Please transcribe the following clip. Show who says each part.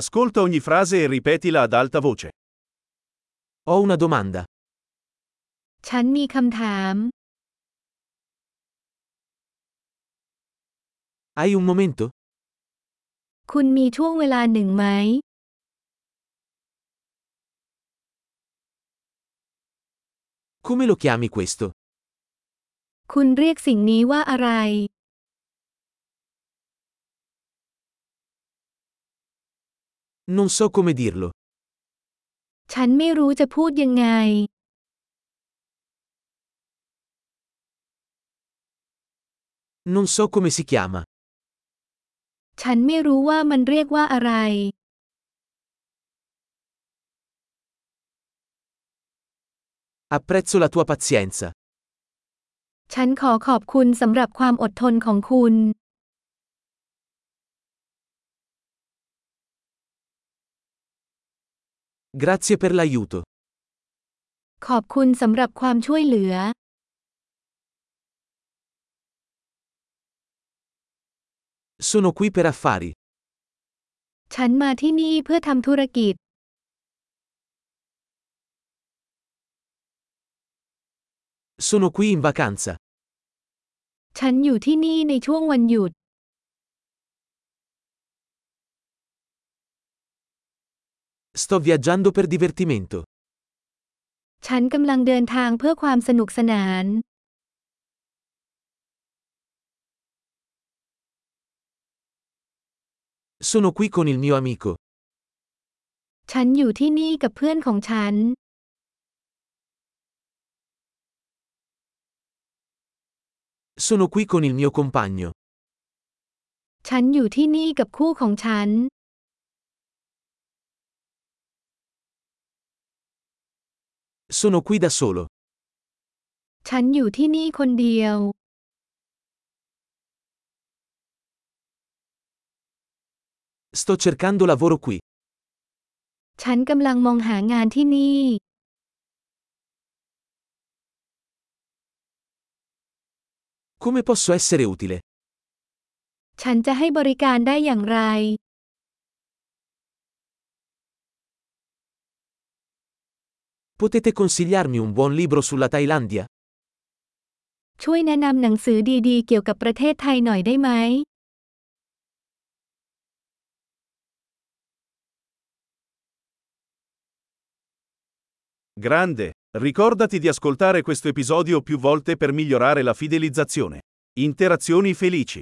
Speaker 1: Ascolta ogni frase e ripetila ad alta voce.
Speaker 2: Ho una domanda.
Speaker 3: ฉันมีคำถาม
Speaker 2: Hai un momento?
Speaker 3: คุณมีช่วงเวลาหนึ่งไหม
Speaker 2: Come lo chiami questo?
Speaker 3: คุณเรียกสิ่งนี้ว่าอะไร
Speaker 2: Non so come dirlo.
Speaker 3: ฉันไม่รู้จะพูดยังไง
Speaker 2: Non so come si chiama.
Speaker 3: ฉันไม่รู้ว่ามันเรียกว่าอะไร
Speaker 2: Apprezzo la tua pazienza.
Speaker 3: ฉันขอขอบคุณสำหรับความอดทนของคุณ
Speaker 2: Grazie per l'aiuto.
Speaker 3: ขอบคุณสำหรับความช่วยเหลือ
Speaker 2: Sono qui per affari.
Speaker 3: ฉันมาที่นี่เพื่อทำธุรกิจ
Speaker 2: Sono qui in vacanza.
Speaker 3: ฉันอยู่ที่นี่ในช่วงวันหยุด
Speaker 2: Sto viaggiando per divertimento.
Speaker 3: ฉันกำลังเดินทางเพื่อความสนุกสนาน
Speaker 2: Sono qui con il mio amico.
Speaker 3: ฉันอยู่ที่นี่กับเพื่อนของฉัน
Speaker 2: Sono qui con il mio compagno.
Speaker 3: ฉันอยู่ที่นี่กับคู่ของฉัน
Speaker 2: Sono qui da solo.
Speaker 3: ฉันอยู่ที่นี่คนเดียว
Speaker 2: Sto cercando lavoro qui.
Speaker 3: ฉันกำลังมองหางานที่นี่
Speaker 2: Come posso essere utile?
Speaker 3: ฉันจะให้บริการได้อย่างไร
Speaker 2: Potete consigliarmi un buon libro sulla Thailandia?
Speaker 3: ช่วยแนะนำหนังสือดีๆ เกี่ยวกับประเทศไทยหน่อยได้ไหม
Speaker 1: Grande. Ricordati di ascoltare questo episodio più volte per migliorare la fidelizzazione. Interazioni felici.